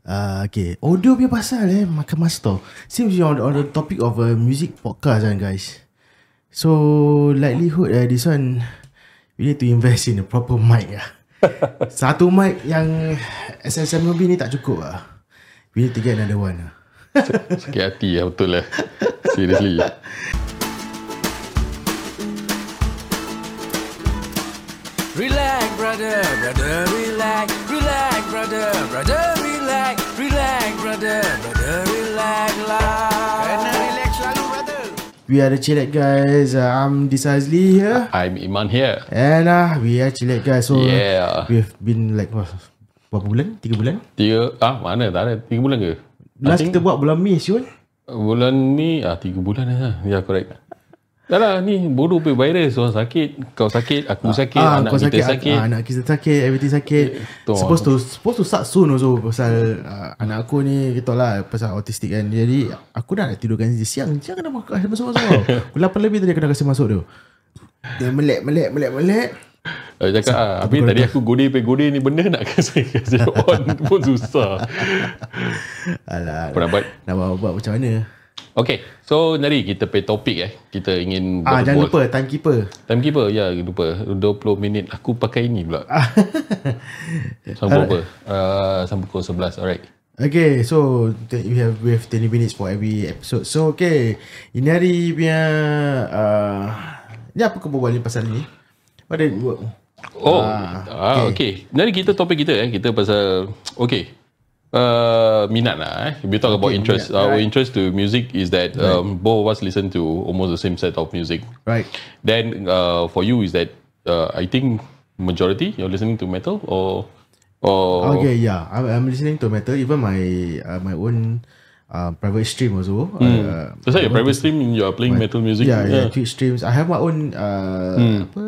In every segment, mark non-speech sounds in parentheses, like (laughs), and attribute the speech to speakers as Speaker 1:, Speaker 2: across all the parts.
Speaker 1: Uh, okay Order punya pasal eh Makan master Since we on, on the topic of a music podcast kan guys So likelihood uh, this one We need to invest in a proper mic lah Satu mic yang SSMB ni tak cukup lah We need to get another one lah
Speaker 2: Sakit hati lah betul lah Seriously
Speaker 3: Relax, brother, brother, relax. Relax, brother, brother, relax. Relax, brother, brother, relax lah. Kena relax selalu, brother.
Speaker 1: We are the Chillet guys uh, I'm Disazli here
Speaker 2: I'm Iman here
Speaker 1: And uh, we are Chillet guys So
Speaker 2: Yeah.
Speaker 1: we've been like what, Berapa bulan? Tiga bulan?
Speaker 2: Tiga ah Mana tak ada Tiga bulan ke
Speaker 1: Last kita buat bulan Mei Syul
Speaker 2: Bulan ni ah Tiga bulan lah Ya correct Dah lah ni bodoh pun virus Orang sakit Kau sakit Aku sakit
Speaker 1: Ah, kau
Speaker 2: Anak kita sakit,
Speaker 1: ah, Anak kita sakit Everything sakit
Speaker 2: Betul.
Speaker 1: Supposed to Supposed to start soon also Pasal uh, Anak aku ni Kita lah Pasal autistik kan Jadi Aku dah nak tidurkan dia siang Siang kena masuk Masuk
Speaker 2: (laughs)
Speaker 1: masuk Pukul 8 lebih tadi Aku dah kasi masuk dia Dia melek melek melek melek
Speaker 2: Aku cakap ah, Habis tadi aku godeh pe godeh ni benda Nak kasi
Speaker 1: (laughs)
Speaker 2: kasi on pun susah
Speaker 1: Alah
Speaker 2: Pendapat
Speaker 1: Nak buat, buat macam mana
Speaker 2: Okay So Nari kita pay topik eh Kita ingin
Speaker 1: Ah, Jangan
Speaker 2: berbual.
Speaker 1: lupa Timekeeper
Speaker 2: Timekeeper Ya lupa 20 minit Aku pakai ini pula
Speaker 1: Ah,
Speaker 2: Sampai apa uh, Sampai pukul 11 Alright
Speaker 1: Okay so t- We have We have 20 minutes for every episode So okay Ini hari punya uh, Ni apa kau berbual ni pasal ni What did
Speaker 2: Oh, ah, ah okay. okay. Jadi kita topik kita eh, kita pasal okay. Uh, minat lah eh. We talk about interest.
Speaker 1: minat.
Speaker 2: Our
Speaker 1: Right.
Speaker 2: interest to music is that um, both of us listen to almost the same set of music.
Speaker 1: Right
Speaker 2: Then uh, for you is that uh, I think majority you're listening to metal or or
Speaker 1: Okay, yeah. I'm, I'm listening to metal. Even my uh, my own uh, private stream also. Uh,
Speaker 2: That's like your private stream you're playing metal Hmm. music. Uh, Hmm.
Speaker 1: yeah, yeah, Twitch streams. I have my own uh, apa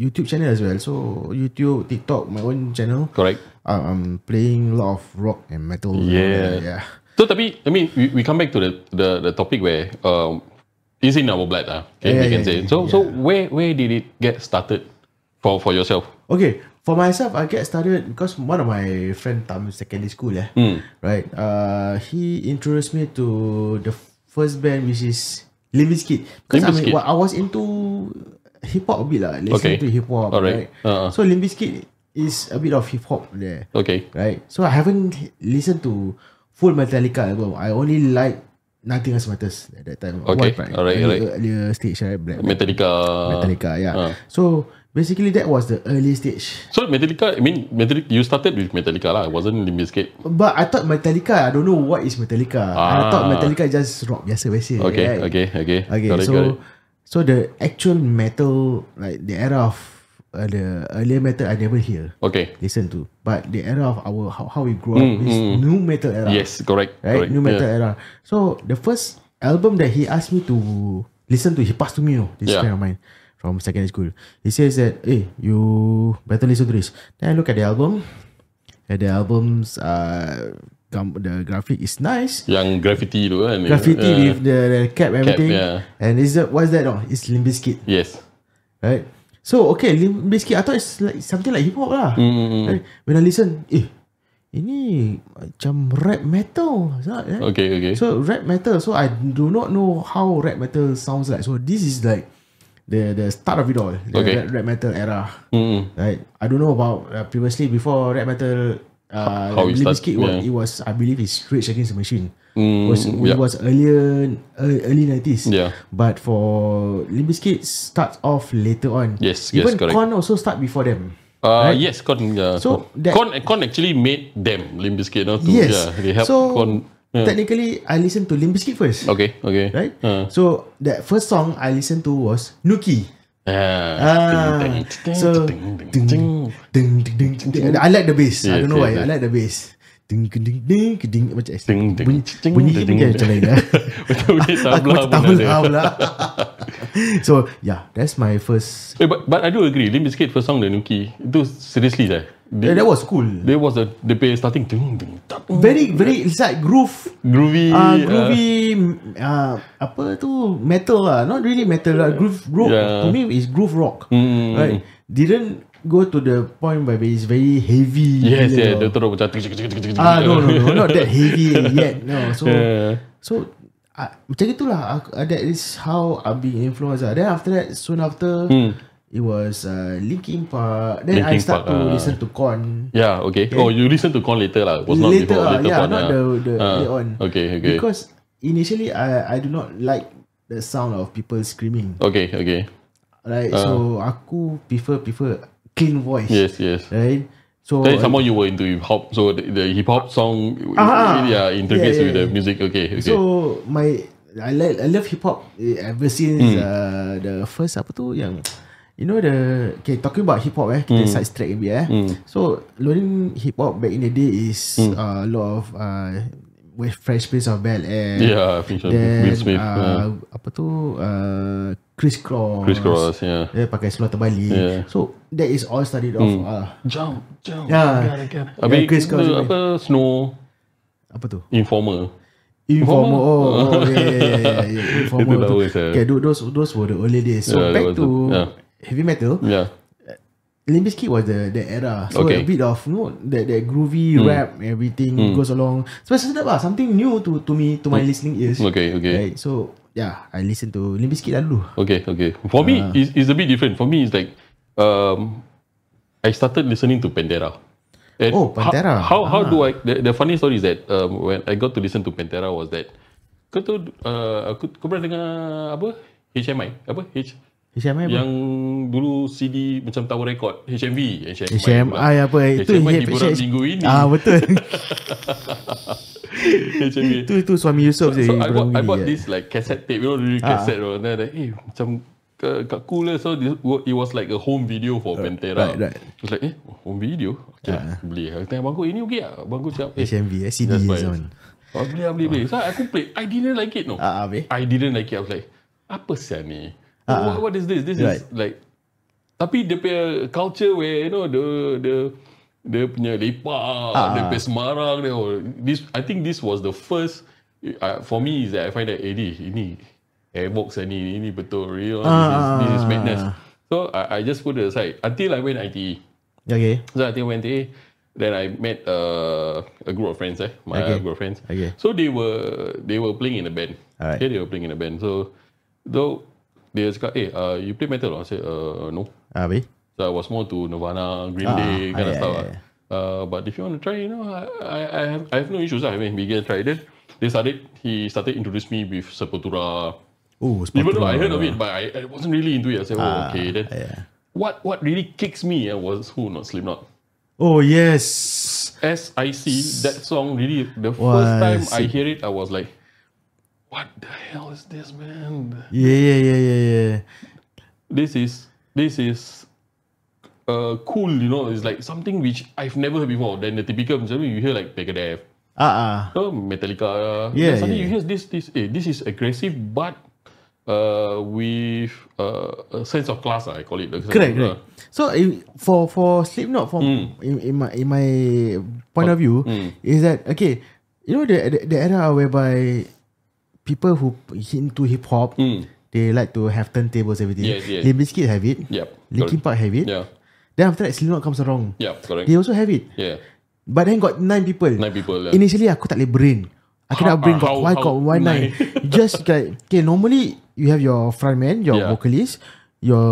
Speaker 1: YouTube channel as well. So YouTube, TikTok, my own channel.
Speaker 2: Correct.
Speaker 1: Uh, I'm playing a lot of rock and metal.
Speaker 2: Yeah.
Speaker 1: yeah.
Speaker 2: So tapi I mean we, we come back to the the, the topic where um it's in our blood lah. Okay,
Speaker 1: Yeah,
Speaker 2: we can
Speaker 1: yeah,
Speaker 2: say.
Speaker 1: yeah,
Speaker 2: so so where where did it get started for for yourself?
Speaker 1: Okay, for myself, I get started because one of my friend time secondary school, eh,
Speaker 2: Hmm.
Speaker 1: right? Uh, he introduced me to the first band which is Limp Bizkit. Because I,
Speaker 2: Limp
Speaker 1: mean,
Speaker 2: Bizkit.
Speaker 1: well, I was into hip hop a bit lah, listening
Speaker 2: Okay.
Speaker 1: to hip hop, right?
Speaker 2: Alright. Uh-uh.
Speaker 1: So Limp Bizkit is a bit of hip hop there,
Speaker 2: Okay.
Speaker 1: right? So I haven't listened to full Metallica album. I only like Nothing Else Matters at that time.
Speaker 2: Okay.
Speaker 1: White Pride.
Speaker 2: Alright,
Speaker 1: Early-
Speaker 2: alright.
Speaker 1: Earlier stage, right? Black
Speaker 2: Metallica.
Speaker 1: Metallica, yeah.
Speaker 2: Uh.
Speaker 1: So basically, that was the early stage.
Speaker 2: So Metallica, I mean Metallica, you started with Metallica lah. It wasn't Limp Bizkit.
Speaker 1: But I thought Metallica, I don't know what is Metallica. Ah. I
Speaker 2: Ah.
Speaker 1: thought Metallica is just rock biasa biasa.
Speaker 2: Okay,
Speaker 1: right?
Speaker 2: okay, okay.
Speaker 1: Okay,
Speaker 2: Got it,
Speaker 1: so
Speaker 2: got it.
Speaker 1: so the actual metal, like the era of uh, the earlier metal, I never hear,
Speaker 2: Okay.
Speaker 1: listen to. But the era of our how, how we grew up is new metal era.
Speaker 2: Mm, Yes, correct.
Speaker 1: right,
Speaker 2: correct.
Speaker 1: new metal
Speaker 2: Yeah.
Speaker 1: era. So the first album that he asked me to listen to, he passed to me, you know, this
Speaker 2: Yeah.
Speaker 1: friend of mine from secondary school. He says that, hey, you better listen to this. Then I look at the album, and the album's uh, gum- the graphic is nice.
Speaker 2: Yang graffiti tu kan.
Speaker 1: Graffiti
Speaker 2: Yeah.
Speaker 1: with the, the cap, everything.
Speaker 2: yeah.
Speaker 1: And is that what's that? Oh, it's Limp Bizkit,
Speaker 2: Yes.
Speaker 1: right? So okay, Limp Bizkit, I thought it's like something like hip hop lah.
Speaker 2: Mm,
Speaker 1: Right? When I listen, eh, ini macam rap metal. eh? Right?
Speaker 2: Okay, okay.
Speaker 1: So rap metal. So I do not know how rap metal sounds like. So this is like the the start of it all. The
Speaker 2: Okay.
Speaker 1: rap, rap metal era.
Speaker 2: Mm, mm.
Speaker 1: Right. I don't know about uh, previously before rap metal. Uh,
Speaker 2: How- how it
Speaker 1: Limp
Speaker 2: start,
Speaker 1: Bizkit was,
Speaker 2: yeah.
Speaker 1: it was I believe it's Rage Against the Machine.
Speaker 2: Mm,
Speaker 1: was,
Speaker 2: yeah.
Speaker 1: It was earlier ear- early nineties.
Speaker 2: Yeah.
Speaker 1: But for Limp Bizkit starts off later on.
Speaker 2: Yes, yes,
Speaker 1: Even
Speaker 2: correct.
Speaker 1: Korn also start before them.
Speaker 2: Uh, Yes, Con. Yeah.
Speaker 1: So, that-
Speaker 2: Con, uh, Con actually made them Limp Bizkit. No, to,
Speaker 1: Yes.
Speaker 2: Yeah, they helped
Speaker 1: so
Speaker 2: Con. Yeah.
Speaker 1: technically, I listen to Limp Bizkit first.
Speaker 2: Okay, okay.
Speaker 1: right?
Speaker 2: Uh.
Speaker 1: So that first song I listened to was Nuki. Ah,
Speaker 2: Ah.
Speaker 1: so Ding, ding, ding, ding, ding. I like the bass. I
Speaker 2: Yeah,
Speaker 1: don't know why.
Speaker 2: yeah,
Speaker 1: I like the bass. Ding ding ding ding ding macam
Speaker 2: Ding, ding,
Speaker 1: bunyi,
Speaker 2: ding,
Speaker 1: bunyi
Speaker 2: ding,
Speaker 1: dia macam
Speaker 2: ding.
Speaker 1: macam lain lah.
Speaker 2: Betul boleh
Speaker 1: (laughs) Aku
Speaker 2: (laughs) tabla
Speaker 1: macam
Speaker 2: pun
Speaker 1: tabla
Speaker 2: ada. (laughs)
Speaker 1: pula. So yeah, that's my first.
Speaker 2: Eh, but, but I do agree. Limp Bizkit first song the Nuki. Itu seriously lah.
Speaker 1: Yeah,
Speaker 2: They,
Speaker 1: that was cool.
Speaker 2: they was a they play starting ding, ding, tak,
Speaker 1: Very very it's like groove.
Speaker 2: Ah, groovy.
Speaker 1: Uh, groovy uh, apa tu metal lah not really metal lah groove rock
Speaker 2: Yeah. Mm,
Speaker 1: to me is groove rock right didn't go to the point where it's very heavy.
Speaker 2: Yes,
Speaker 1: gila
Speaker 2: yeah,
Speaker 1: tau.
Speaker 2: dia terus macam tuk, tuk, tuk, tuk, tuk,
Speaker 1: Ah,
Speaker 2: tuk.
Speaker 1: no, no, no,
Speaker 2: (laughs)
Speaker 1: not that heavy yet. No, so
Speaker 2: Yeah.
Speaker 1: so uh, macam itulah. Aku, uh, that is how I being influenced. Uh. Then after that, soon after, hmm. it was uh, Linkin Park. Then Linkin I
Speaker 2: Linkin
Speaker 1: start Park,
Speaker 2: Park,
Speaker 1: to
Speaker 2: ah.
Speaker 1: listen to Korn.
Speaker 2: Yeah, okay. Oh, you listen to Con later lah. Was not
Speaker 1: later,
Speaker 2: before.
Speaker 1: ah,
Speaker 2: later
Speaker 1: yeah,
Speaker 2: Con,
Speaker 1: not
Speaker 2: ah.
Speaker 1: the the
Speaker 2: Ah,
Speaker 1: later on.
Speaker 2: Okay, okay.
Speaker 1: Because initially, I I do not like the sound of people screaming.
Speaker 2: okay, okay.
Speaker 1: Right, so aku prefer prefer clean voice.
Speaker 2: Ah. Yes, yes.
Speaker 1: Right. So
Speaker 2: Then somehow you were into hip hop, so the, the hip hop song
Speaker 1: Ah,
Speaker 2: yeah integrates
Speaker 1: yeah, yeah,
Speaker 2: with the
Speaker 1: yeah.
Speaker 2: music. Okay, okay.
Speaker 1: So my I like I love hip hop eh, ever since
Speaker 2: Hmm.
Speaker 1: uh, the first apa tu yang you know the okay talking about hip hop eh kita
Speaker 2: Hmm.
Speaker 1: side track a bit eh. So learning hip hop back in the day is
Speaker 2: Hmm.
Speaker 1: uh, a lot of uh, with Fresh Prince of Bel Air.
Speaker 2: yeah, Finch
Speaker 1: Then
Speaker 2: Will Smith, ah,
Speaker 1: uh, apa tu uh, Chris Cross.
Speaker 2: Chris Cross, yeah.
Speaker 1: Dia pakai seluar terbalik.
Speaker 2: Yeah. Hmm.
Speaker 1: So that is all started off. Uh,
Speaker 4: Jump, jump.
Speaker 1: Yeah.
Speaker 4: Gotta, gotta.
Speaker 2: Habis
Speaker 1: yeah, Chris Cross
Speaker 2: tu
Speaker 1: juga.
Speaker 2: apa Snow
Speaker 1: apa tu?
Speaker 2: Informer.
Speaker 1: Informer.
Speaker 2: Informer.
Speaker 1: Oh, oh yeah, yeah, yeah, yeah, yeah. Informer
Speaker 2: (laughs) Itu
Speaker 1: tu.
Speaker 2: lawa saya.
Speaker 1: Okay, tho- those those were the early days. So
Speaker 2: Yeah,
Speaker 1: back
Speaker 2: that was
Speaker 1: to
Speaker 2: the- yeah.
Speaker 1: heavy metal.
Speaker 2: Yeah.
Speaker 1: Limp Bizkit was the the era. So
Speaker 2: Okay.
Speaker 1: a
Speaker 2: Hmm.
Speaker 1: bit of you know that that groovy rap everything goes along. So it's sedap lah, something new to to me to my listening ears.
Speaker 2: Hmm. Okay, okay.
Speaker 1: Right. So yeah, I listen to Limp Bizkit lah dulu.
Speaker 2: Okay, okay. For me,
Speaker 1: Ah.
Speaker 2: it's, it's a bit different. For me, it's like um, I started listening to Pantera. And
Speaker 1: Oh, Pantera. Ah.
Speaker 2: How how, how do I? The, the funny story is that um, when I got to listen to Pantera was that kau tu uh, aku kau pernah dengar apa HMI apa H
Speaker 1: HMI apa?
Speaker 2: yang dulu CD macam tower record HMV HMI,
Speaker 1: HMI apa itu
Speaker 2: HMI
Speaker 1: hip-
Speaker 2: hiburan
Speaker 1: H-
Speaker 2: minggu ini (laughs)
Speaker 1: Ah betul.
Speaker 2: HMI
Speaker 1: Itu itu suami Yusof je.
Speaker 2: So I
Speaker 1: hiburan
Speaker 2: bought, I
Speaker 1: minggu
Speaker 2: bought
Speaker 1: ni,
Speaker 2: this like cassette tape, you know,
Speaker 1: Ah.
Speaker 2: really cassette. Uh. Then I like, eh, macam uh, kat cool lah. So this, wa- it was like a home video for Pantera.
Speaker 1: right, right. Ah.
Speaker 2: It was like, eh, home video? Okay, uh. beli. Aku tanya abang aku, ini okay tak? Abang aku cakap, eh,
Speaker 1: HMV, eh, CD
Speaker 2: just buy
Speaker 1: is
Speaker 2: it.
Speaker 1: on.
Speaker 2: Oh, beli lah, beli, beli. So aku play, I didn't like it, no.
Speaker 1: Ah, habis?
Speaker 2: I didn't like it. I was like, apa sial ni?
Speaker 1: Ah, ah.
Speaker 2: What, what is this? This
Speaker 1: Right.
Speaker 2: is like, tapi dia punya culture where, you know, the, the, dia punya lepak,
Speaker 1: Ah,
Speaker 2: dia punya semarang, dia, oh, this, I think this was the first, uh, for me is that I find that, eh, ni, ini, havoc sial ni, ini betul, real,
Speaker 1: Ah,
Speaker 2: this, is, this is madness. So, I, I just put it aside until I E. went ITE.
Speaker 1: Okay.
Speaker 2: So I think went there. Then I met uh, a group of friends. Eh, my
Speaker 1: Okay.
Speaker 2: group of friends.
Speaker 1: Okay.
Speaker 2: So they were they were playing in a band.
Speaker 1: Alright.
Speaker 2: Okay, they were playing in a band. So though they cakap, hey, uh, you play metal? I said, uh, no.
Speaker 1: Ah, habis?
Speaker 2: So I was more to Nirvana, Green
Speaker 1: Ah,
Speaker 2: Day
Speaker 1: ah,
Speaker 2: kind of
Speaker 1: yeah,
Speaker 2: stuff.
Speaker 1: yeah,
Speaker 2: ah. Uh, but if you want to try, you know, I, I, I have I have no issues. ah. I mean, we can try. Then they started. He started introduced me with Sepultura.
Speaker 1: Oh,
Speaker 2: Even though
Speaker 1: Sepultura.
Speaker 2: I heard of it, but I, I wasn't really into it. I said, oh,
Speaker 1: Ah,
Speaker 2: okay. Then
Speaker 1: yeah.
Speaker 2: what what really kicks me eh, was who not Slipknot.
Speaker 1: Oh, yes.
Speaker 2: SIC, that song really, the
Speaker 1: Wah,
Speaker 2: first time I
Speaker 1: sick.
Speaker 2: hear it, I was like, what the hell is this, man?
Speaker 1: Yeah, yeah, yeah, yeah, yeah.
Speaker 2: This is, this is uh, cool, you know, it's like something which I've never heard before. Then the typical, macam you hear like Megadeth,
Speaker 1: Ah, ah.
Speaker 2: uh, Metallica,
Speaker 1: Yeah,
Speaker 2: then
Speaker 1: yeah,
Speaker 2: suddenly you hear this, this, eh, this is aggressive, but uh, with uh, a sense of class, ah, I call it.
Speaker 1: Correct, correct. So if, for for Slipknot from
Speaker 2: Hmm.
Speaker 1: in, in my in my point of view is that okay, you know the the, the era whereby people who hit into hip hop they like to have turntables everything.
Speaker 2: Hmm. Yes, yes.
Speaker 1: Limp Bizkit have it.
Speaker 2: Yep,
Speaker 1: Linkin
Speaker 2: correct.
Speaker 1: Park have it.
Speaker 2: Yeah,
Speaker 1: Then after that Slipknot comes along.
Speaker 2: yeah, correct.
Speaker 1: They also have it.
Speaker 2: yeah,
Speaker 1: But then got nine people.
Speaker 2: nine people. Yeah.
Speaker 1: Initially aku tak boleh brain Aku
Speaker 2: (laughs) How-
Speaker 1: nak brain got
Speaker 2: how-
Speaker 1: why
Speaker 2: how-
Speaker 1: got why nine
Speaker 2: nine.
Speaker 1: (laughs) Just like Okay normally You have your frontman Your
Speaker 2: Yeah. Hmm.
Speaker 1: vocalist Your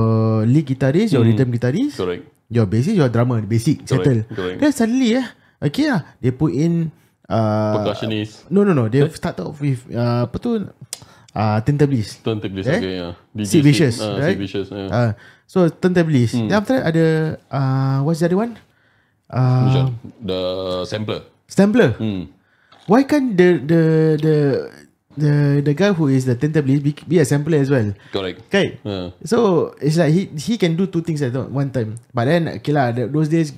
Speaker 1: lead guitarist Your rhythm guitarist
Speaker 2: Correct.
Speaker 1: Your bassist Your drummer Basic settle
Speaker 2: correct.
Speaker 1: Then suddenly eh Okay lah They put in uh,
Speaker 2: Percussionist,
Speaker 1: No no no They
Speaker 2: Eh?
Speaker 1: start off with uh, Apa tu uh, Turntables
Speaker 2: turntables,
Speaker 1: Eh?
Speaker 2: okay, yeah. DJ
Speaker 1: Sid Vicious
Speaker 2: ya. ah, Sid
Speaker 1: right?
Speaker 2: Vicious, yeah. Hmm.
Speaker 1: uh, So turntables Then after that ada uh, What's the other one
Speaker 2: Which
Speaker 1: uh,
Speaker 2: one? The sampler.
Speaker 1: Stempler.
Speaker 2: Hmm.
Speaker 1: Why can't the the the the the guy who is the tentabilist be, be a sampler as well?
Speaker 2: Correct. Ya.
Speaker 1: Okay.
Speaker 2: Yeah.
Speaker 1: So it's like he he can do two things at one time. But then okay lah, the, those days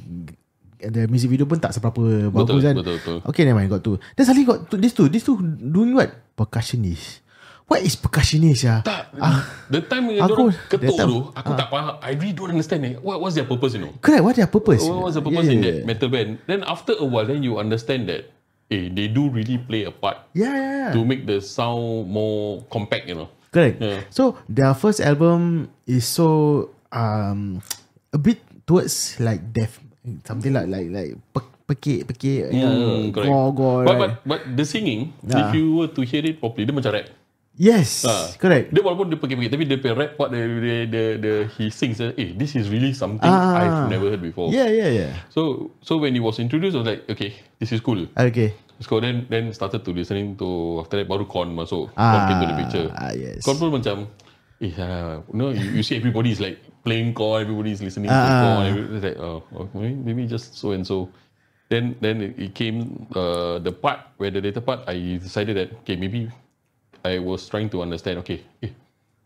Speaker 1: the music video pun tak seberapa bagus kan.
Speaker 2: betul, betul.
Speaker 1: Okay, never mind, got two. Then suddenly got two, these two, these two doing what? Percussionist. What is percussionist ya? Ah,
Speaker 2: The time yang
Speaker 1: Aku-
Speaker 2: aku, ketuk
Speaker 1: that time- Ah.
Speaker 2: tu, aku tak faham. I really don't understand eh. What was their purpose, you know?
Speaker 1: correct. What their purpose?
Speaker 2: What was Oh, the purpose in that metal band? Then after a while, then you understand that eh, they do really play a part
Speaker 1: Yeah, yeah, yeah.
Speaker 2: to make the sound more compact, you know.
Speaker 1: Correct.
Speaker 2: Yeah.
Speaker 1: So their first album is so um a bit towards like death, something like like like pe- pekik pekik, you
Speaker 2: Yeah,
Speaker 1: know,
Speaker 2: Hmm, Mm, correct.
Speaker 1: gore gore.
Speaker 2: but, but
Speaker 1: right?
Speaker 2: but the singing,
Speaker 1: Ah.
Speaker 2: if you were to hear it properly, dia macam rap.
Speaker 1: yes,
Speaker 2: Ah.
Speaker 1: correct.
Speaker 2: Dia walaupun dia pergi-pergi tapi dia punya rap part the the the, the he sings eh hey, this is really something
Speaker 1: Ah.
Speaker 2: I've never heard before.
Speaker 1: Yeah, yeah, yeah.
Speaker 2: So so when he was introduced, I was like, okay, this is cool.
Speaker 1: Okay.
Speaker 2: So then then started to listening to after that baru Con masuk. Con
Speaker 1: Ah,
Speaker 2: came to the picture.
Speaker 1: ah, yes.
Speaker 2: Con pun macam eh uh, no you, you see everybody is like playing Con, everybody is listening to
Speaker 1: Ah.
Speaker 2: Con. everybody is like oh okay, maybe just so and so. Then then it it came uh, the part where the data part. I decided that okay maybe I was trying to understand okay eh,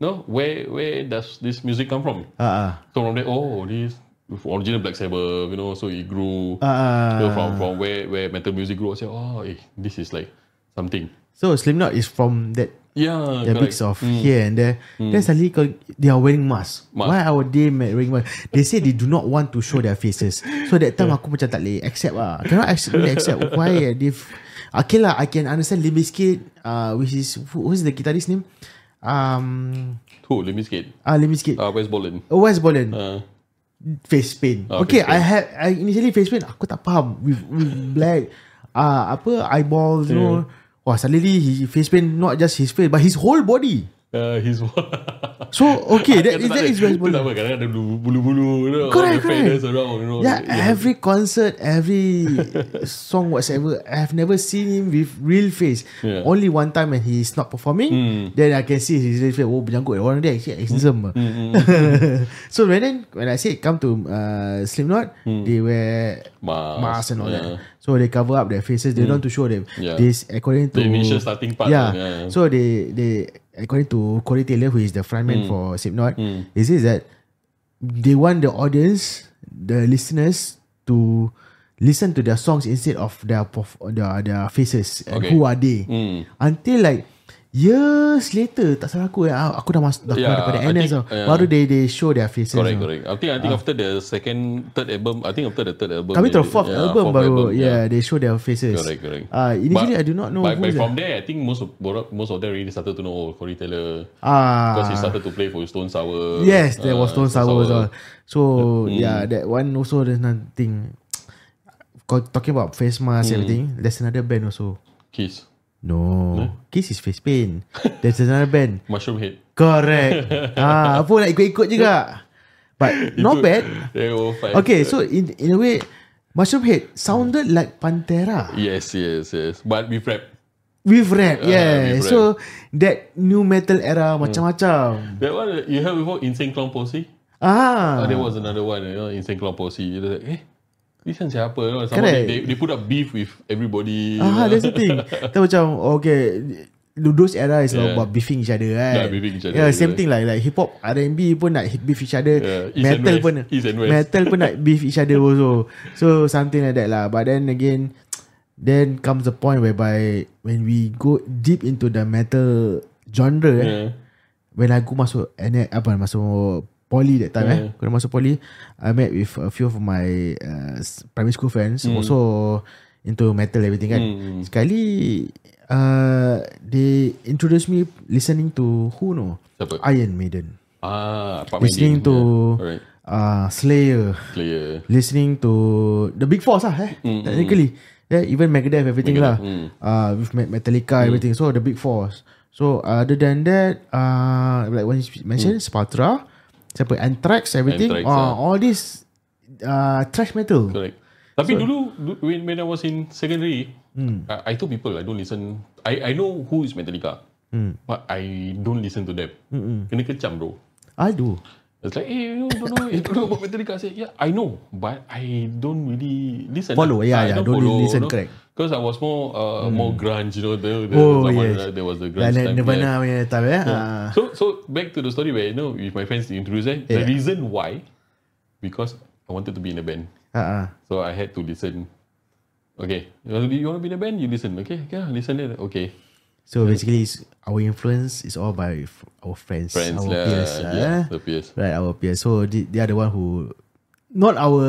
Speaker 2: no where where does this music come from?
Speaker 1: Ah, ah,
Speaker 2: So from there, oh, this original Black Sabbath, you know, so it grew.
Speaker 1: ah.
Speaker 2: you know, from from where where metal music grew, I said, oh, eh, this is like something.
Speaker 1: So Slipknot is from that
Speaker 2: Yeah,
Speaker 1: the
Speaker 2: correct. Mm.
Speaker 1: mix of here and there. Then suddenly kau- they are wearing mask.
Speaker 2: Mask.
Speaker 1: Why are they ma- wearing mask? They say they do not want to show their faces. So that time aku macam tak boleh accept lah. Cannot accept, really accept. Why are they... F- okay lah, I can understand Limp Bizkit, uh, which is... Who, who's the guitarist name? Um,
Speaker 2: Who? Limp Bizkit.
Speaker 1: ah, Limp Bizkit.
Speaker 2: Ah, Wes Bolin.
Speaker 1: Oh, Wes Bolin.
Speaker 2: Uh,
Speaker 1: face pain.
Speaker 2: Ah,
Speaker 1: okay,
Speaker 2: face
Speaker 1: I
Speaker 2: pain.
Speaker 1: had I initially face pain. Aku tak faham with, with black ah uh, apa eyeball you know. Wah suddenly he face pain not just his face but his whole body.
Speaker 2: uh, (laughs) his
Speaker 1: So okay that is that is West
Speaker 2: Bolin.
Speaker 1: Bolin.
Speaker 2: Kenapa? Kadang ada bulu- bulu-bulu, you know, all
Speaker 1: Correct,
Speaker 2: the feathers
Speaker 1: correct.
Speaker 2: around, you know.
Speaker 1: Yeah, every concert, every song whatsoever, I have never seen him with real face.
Speaker 2: Yeah.
Speaker 1: Only one time when he is not performing, then I can see his real face. Oh, berjanggut. Orang dia actually handsome. (laughs) so when then, when I say come to uh, Slipknot, they wear
Speaker 2: Mask,
Speaker 1: mask and all
Speaker 2: yeah. Mm.
Speaker 1: that. So they cover up their faces. They don't want to show them.
Speaker 2: Yeah.
Speaker 1: This according to
Speaker 2: The initial starting part,
Speaker 1: Yeah.
Speaker 2: yeah.
Speaker 1: So they they according to Corey Taylor, who is the
Speaker 2: Mm.
Speaker 1: frontman for Slipknot, he says that they want the audience, the listeners, to listen to their songs instead of their perf- their their faces and
Speaker 2: Okay.
Speaker 1: who are they.
Speaker 2: Hmm.
Speaker 1: Until like years later, tak salah aku, eh, ah, aku dah masuk dah keluar
Speaker 2: Yeah,
Speaker 1: daripada
Speaker 2: I
Speaker 1: NS,
Speaker 2: think-
Speaker 1: tau.
Speaker 2: yeah.
Speaker 1: baru they they show their faces.
Speaker 2: Correct,
Speaker 1: tau.
Speaker 2: correct. I think, I think after the second, third album, I think after the third album.
Speaker 1: Ah. Coming to
Speaker 2: they-
Speaker 1: the fourth
Speaker 2: yeah,
Speaker 1: album
Speaker 2: fourth
Speaker 1: baru,
Speaker 2: album,
Speaker 1: yeah, they show their faces.
Speaker 2: Correct, correct.
Speaker 1: Ah, initially
Speaker 2: But-
Speaker 1: I do not know
Speaker 2: But,
Speaker 1: who's
Speaker 2: but
Speaker 1: the-
Speaker 2: from there, I think most of most of them really started to know Corey Taylor
Speaker 1: Ah,
Speaker 2: because he started to play for Stone Sour.
Speaker 1: Yes, there was
Speaker 2: Ah,
Speaker 1: Stone Sour as well. So
Speaker 2: Mm-hmm.
Speaker 1: yeah, that one also there's nothing. Co- Talking about face mask
Speaker 2: Mm.
Speaker 1: everything, there's another band also.
Speaker 2: Kiss,
Speaker 1: No, Kiss is face pain. There's another band.
Speaker 2: Mushroom Head. (laughs)
Speaker 1: Correct. ah, apa nak ikut-ikut juga. But not
Speaker 2: Itu-
Speaker 1: bad.
Speaker 2: They were fine.
Speaker 1: Okay, so in in a way, Mushroom Head sounded like Pantera
Speaker 2: Yes, yes, yes. But we prep.
Speaker 1: with rap.
Speaker 2: Ah,
Speaker 1: Yeah,
Speaker 2: with rap.
Speaker 1: so that new metal era macam-macam.
Speaker 2: That one you heard before, Insane Clown Posse.
Speaker 1: Ah,
Speaker 2: Uh, there was another one, you know, Insane Clown Posse. You know, like, eh, this one siapa? You know, someone,
Speaker 1: Correct.
Speaker 2: they, they, they put up beef with everybody. you
Speaker 1: Ah,
Speaker 2: know.
Speaker 1: that's the
Speaker 2: (laughs)
Speaker 1: thing. Kita macam okay, those era is yeah.
Speaker 2: Yeah.
Speaker 1: about beefing each other kan.
Speaker 2: Yeah, beefing each other,
Speaker 1: Yeah, same
Speaker 2: yeah.
Speaker 1: thing lah. like like hip hop, R&B pun nak beef each other.
Speaker 2: Yeah, East and
Speaker 1: metal
Speaker 2: West,
Speaker 1: pun
Speaker 2: East and West.
Speaker 1: metal pun nak beef each other also. So something like that lah. But then again, then comes the point whereby when we go deep into the metal genre, eh,
Speaker 2: Yeah.
Speaker 1: when I go masuk NS, apa masuk poly that time
Speaker 2: Hmm.
Speaker 1: eh. Kena masuk poly, I met with a few of my uh, s- primary school friends
Speaker 2: Hmm.
Speaker 1: also into metal everything kan. Sekali uh, they introduced me listening to who no?
Speaker 2: Siapa?
Speaker 1: Iron Maiden.
Speaker 2: Ah, Pak
Speaker 1: Listening
Speaker 2: Mandy.
Speaker 1: to
Speaker 2: Yeah. Alright.
Speaker 1: uh, Slayer,
Speaker 2: Player.
Speaker 1: listening to the big four lah eh technically yeah, even Megadeth everything lah
Speaker 2: mm.
Speaker 1: uh, with Me- Metallica everything so the big fours so other than that uh, like when you mentioned Spatra siapa Anthrax everything
Speaker 2: Mm. Anthrax,
Speaker 1: uh,
Speaker 2: ah.
Speaker 1: all this uh, trash metal
Speaker 2: Correct. Tapi dulu du- when, when I was in secondary,
Speaker 1: Hmm.
Speaker 2: I, I told people I don't listen. I I know who is Metallica,
Speaker 1: Hmm.
Speaker 2: but I don't listen to them. Kena kecam bro.
Speaker 1: I do
Speaker 2: It's like, eh, you don't know, you don't know about Metallica. I said, yeah, I know, but I don't really listen.
Speaker 1: Follow, yeah, yeah, don't really listen, correct. Hmm.
Speaker 2: Because I was more uh, more grunge, you know. The, the
Speaker 1: Oh,
Speaker 2: zaman
Speaker 1: yes.
Speaker 2: that there was the grunge
Speaker 1: like, like
Speaker 2: time. yeah.
Speaker 1: Nirvana punya time eh Ah.
Speaker 2: So so back to the story where you know with my friends introduced eh, the
Speaker 1: Yeah.
Speaker 2: reason why because I wanted to be in a band.
Speaker 1: Ah, ah.
Speaker 2: So I had to listen. Okay, you want to be, you want to be in a band? You listen. Okay, yeah, listen then. Okay,
Speaker 1: so basically it's- our influence is all by f- our friends,
Speaker 2: friends
Speaker 1: our
Speaker 2: lah.
Speaker 1: peers lah,
Speaker 2: yeah,
Speaker 1: eh.
Speaker 2: the peers.
Speaker 1: Right, our peers. So they, they are the one who, not our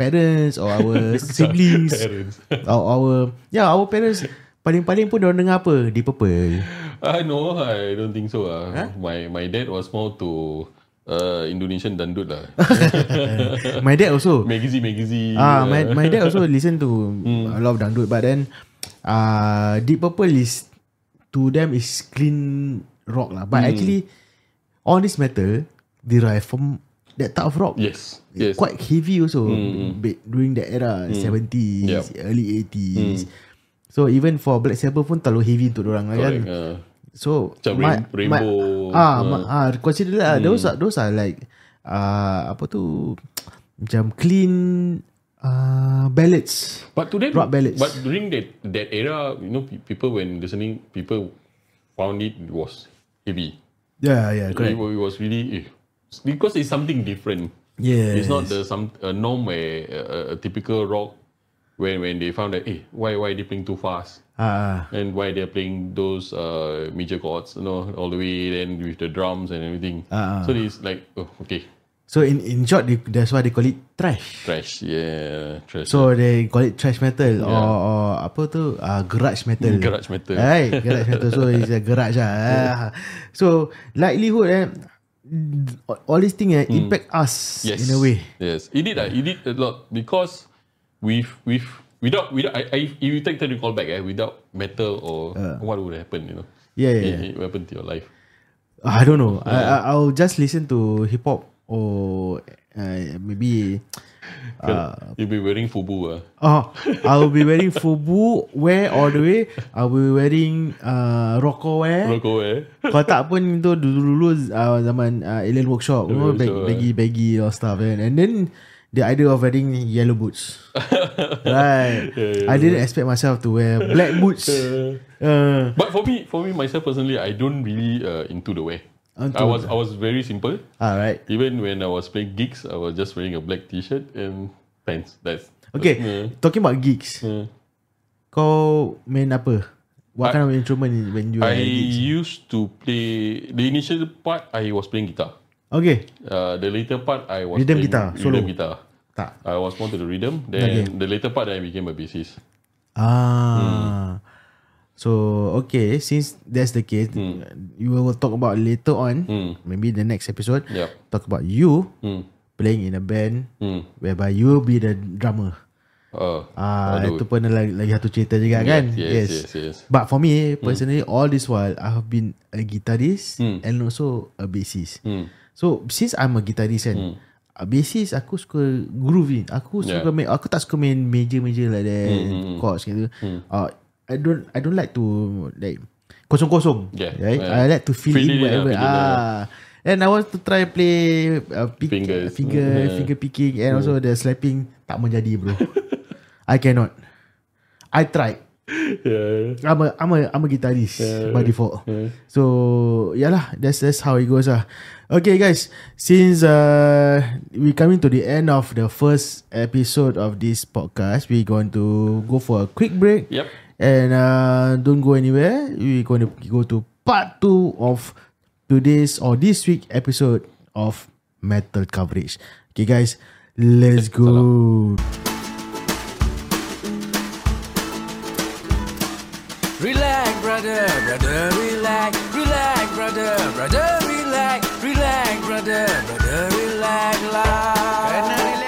Speaker 1: parents or our
Speaker 2: (laughs)
Speaker 1: siblings,
Speaker 2: Parents.
Speaker 1: our, our yeah our parents paling-paling pun diorang dengar apa Deep Purple
Speaker 2: ah. I know. I don't think so. Uh. My my dad was more to uh, Indonesian dandut
Speaker 1: (laughs)
Speaker 2: lah.
Speaker 1: My dad also.
Speaker 2: (laughs) Magazi, Magazi.
Speaker 1: Ah, my my dad also listen to a lot of dangdut, but then uh Deep Purple is to them is clean rock lah. But actually, all this metal derived from that type of rock.
Speaker 2: Yes. Yes. Mm,
Speaker 1: Quite heavy also ba- during that era seventies,
Speaker 2: Yup. Mm.
Speaker 1: early eighties. So even for Black Sabbath pun terlalu heavy untuk orang kan.
Speaker 2: Correct. Uh,
Speaker 1: So
Speaker 2: Macam rain- rainbow,
Speaker 1: ah,
Speaker 2: Mm. ah.
Speaker 1: ma- ah, consider lah those are those are like uh, apa tu macam clean uh, ballads.
Speaker 2: But to them,
Speaker 1: Rock ballads.
Speaker 2: But during that that era, you know, pe- people when listening, people found it was heavy.
Speaker 1: Yeah, yeah,
Speaker 2: It, wa- it was really eh, because it's something different.
Speaker 1: Yeah,
Speaker 2: It's not the some a norm where uh, a typical rock when when they found that eh why why they playing too fast
Speaker 1: ah,
Speaker 2: and why they're playing those uh, major chords you know all the way then with the drums and everything.
Speaker 1: Ah, ah.
Speaker 2: So it's like oh, okay
Speaker 1: so in in short, they, that's why they call it trash.
Speaker 2: trash yeah trash.
Speaker 1: So they call it trash metal or, or apa tu uh, garage metal.
Speaker 2: Garage metal.
Speaker 1: Right, garage metal. So it's a garage lah. Ah. So likelihood eh, all these thing eh, impact us
Speaker 2: Hmm. yes.
Speaker 1: in a way.
Speaker 2: Yes, it did. ah, It did a lot because with with without without I, I if you take time to call back eh, without metal or what would happen, you know?
Speaker 1: Ah. Yeah, yeah,
Speaker 2: It-
Speaker 1: yeah.
Speaker 2: It, would happen to your life.
Speaker 1: I don't know. I, I I'll just listen to hip hop or uh, maybe.
Speaker 2: You'll be wearing fubu. ah.
Speaker 1: Oh, I'll be wearing fubu wear all the way. I'll be wearing uh, rocko wear.
Speaker 2: Logo eh.
Speaker 1: Kalau tak pun tu dulu-dulu uh, zaman uh, alien workshop, you know, bag,
Speaker 2: Workshop, eh.
Speaker 1: baggy baggy or stuff. And, and then the idea of wearing yellow
Speaker 2: (laughs)
Speaker 1: boots. right. I didn't expect myself to wear black
Speaker 2: (laughs)
Speaker 1: boots. Uh,
Speaker 2: But for me, for me myself personally, I don't really uh, into the wear.
Speaker 1: Ah, Into
Speaker 2: I was
Speaker 1: the-
Speaker 2: I was very simple.
Speaker 1: all right.
Speaker 2: Even when I was playing gigs, I was just wearing a black T-shirt and pants. That's uh,
Speaker 1: Okay,
Speaker 2: Yeah.
Speaker 1: talking about gigs.
Speaker 2: Yeah.
Speaker 1: Kau main apa? What
Speaker 2: I-
Speaker 1: kind of instrument in- when you are
Speaker 2: I
Speaker 1: at gigs?
Speaker 2: used to play the initial part. I was playing guitar.
Speaker 1: Okay,
Speaker 2: Uh, the later part I was
Speaker 1: Rhythm
Speaker 2: playing
Speaker 1: guitar, solo.
Speaker 2: Rhythm guitar.
Speaker 1: tak.
Speaker 2: I was more to the rhythm. Then
Speaker 1: Okay.
Speaker 2: the later part I became a bassist. Hmm.
Speaker 1: Ah. So, okay, since that's the case,
Speaker 2: Hmm.
Speaker 1: you will talk about later on, maybe the next episode,
Speaker 2: Yup.
Speaker 1: talk about you
Speaker 2: Hmm.
Speaker 1: playing in a band
Speaker 2: Hmm.
Speaker 1: whereby you will be the drummer.
Speaker 2: Uh,
Speaker 1: Ah,
Speaker 2: Aduh.
Speaker 1: itu pun lagi, lagi satu cerita juga kan?
Speaker 2: yes, yes, yes.
Speaker 1: (laughs)
Speaker 2: Hmm.
Speaker 1: But for me personally, all this while I have been a guitarist and also a bassist.
Speaker 2: Hmm.
Speaker 1: So since I'm a guitarist kan, a bassist aku suka grooving. Aku
Speaker 2: Yeah.
Speaker 1: suka
Speaker 2: Hmm,
Speaker 1: main, aku tak suka main major-major like that, chords gitu. Uh, I don't I don't like to like kosong-kosong.
Speaker 2: Yeah,
Speaker 1: Right? I
Speaker 2: yeah.
Speaker 1: like to fill,
Speaker 2: Fill
Speaker 1: in
Speaker 2: it in,
Speaker 1: whatever.
Speaker 2: yeah, fill it in,
Speaker 1: ah. And I want to try play uh, pick,
Speaker 2: Fingers.
Speaker 1: finger
Speaker 2: Yeah. Hmm.
Speaker 1: finger picking and also the slapping tak menjadi bro. (laughs) I cannot. I tried.
Speaker 2: yeah.
Speaker 1: I'm a I'm a I'm a guitarist by default. So yeah lah, that's that's how it goes ah. Okay guys, since uh we coming to the end of the first episode of this podcast, we're going to go for a quick break.
Speaker 2: Yep.
Speaker 1: And uh don't go anywhere. We're going to go to part two of today's or this week episode of metal coverage. Okay guys, let's go.
Speaker 3: Relax, brother, brother, relax. Relax, brother, brother, relax. Relax, brother, brother, relax. Lah. Kena relax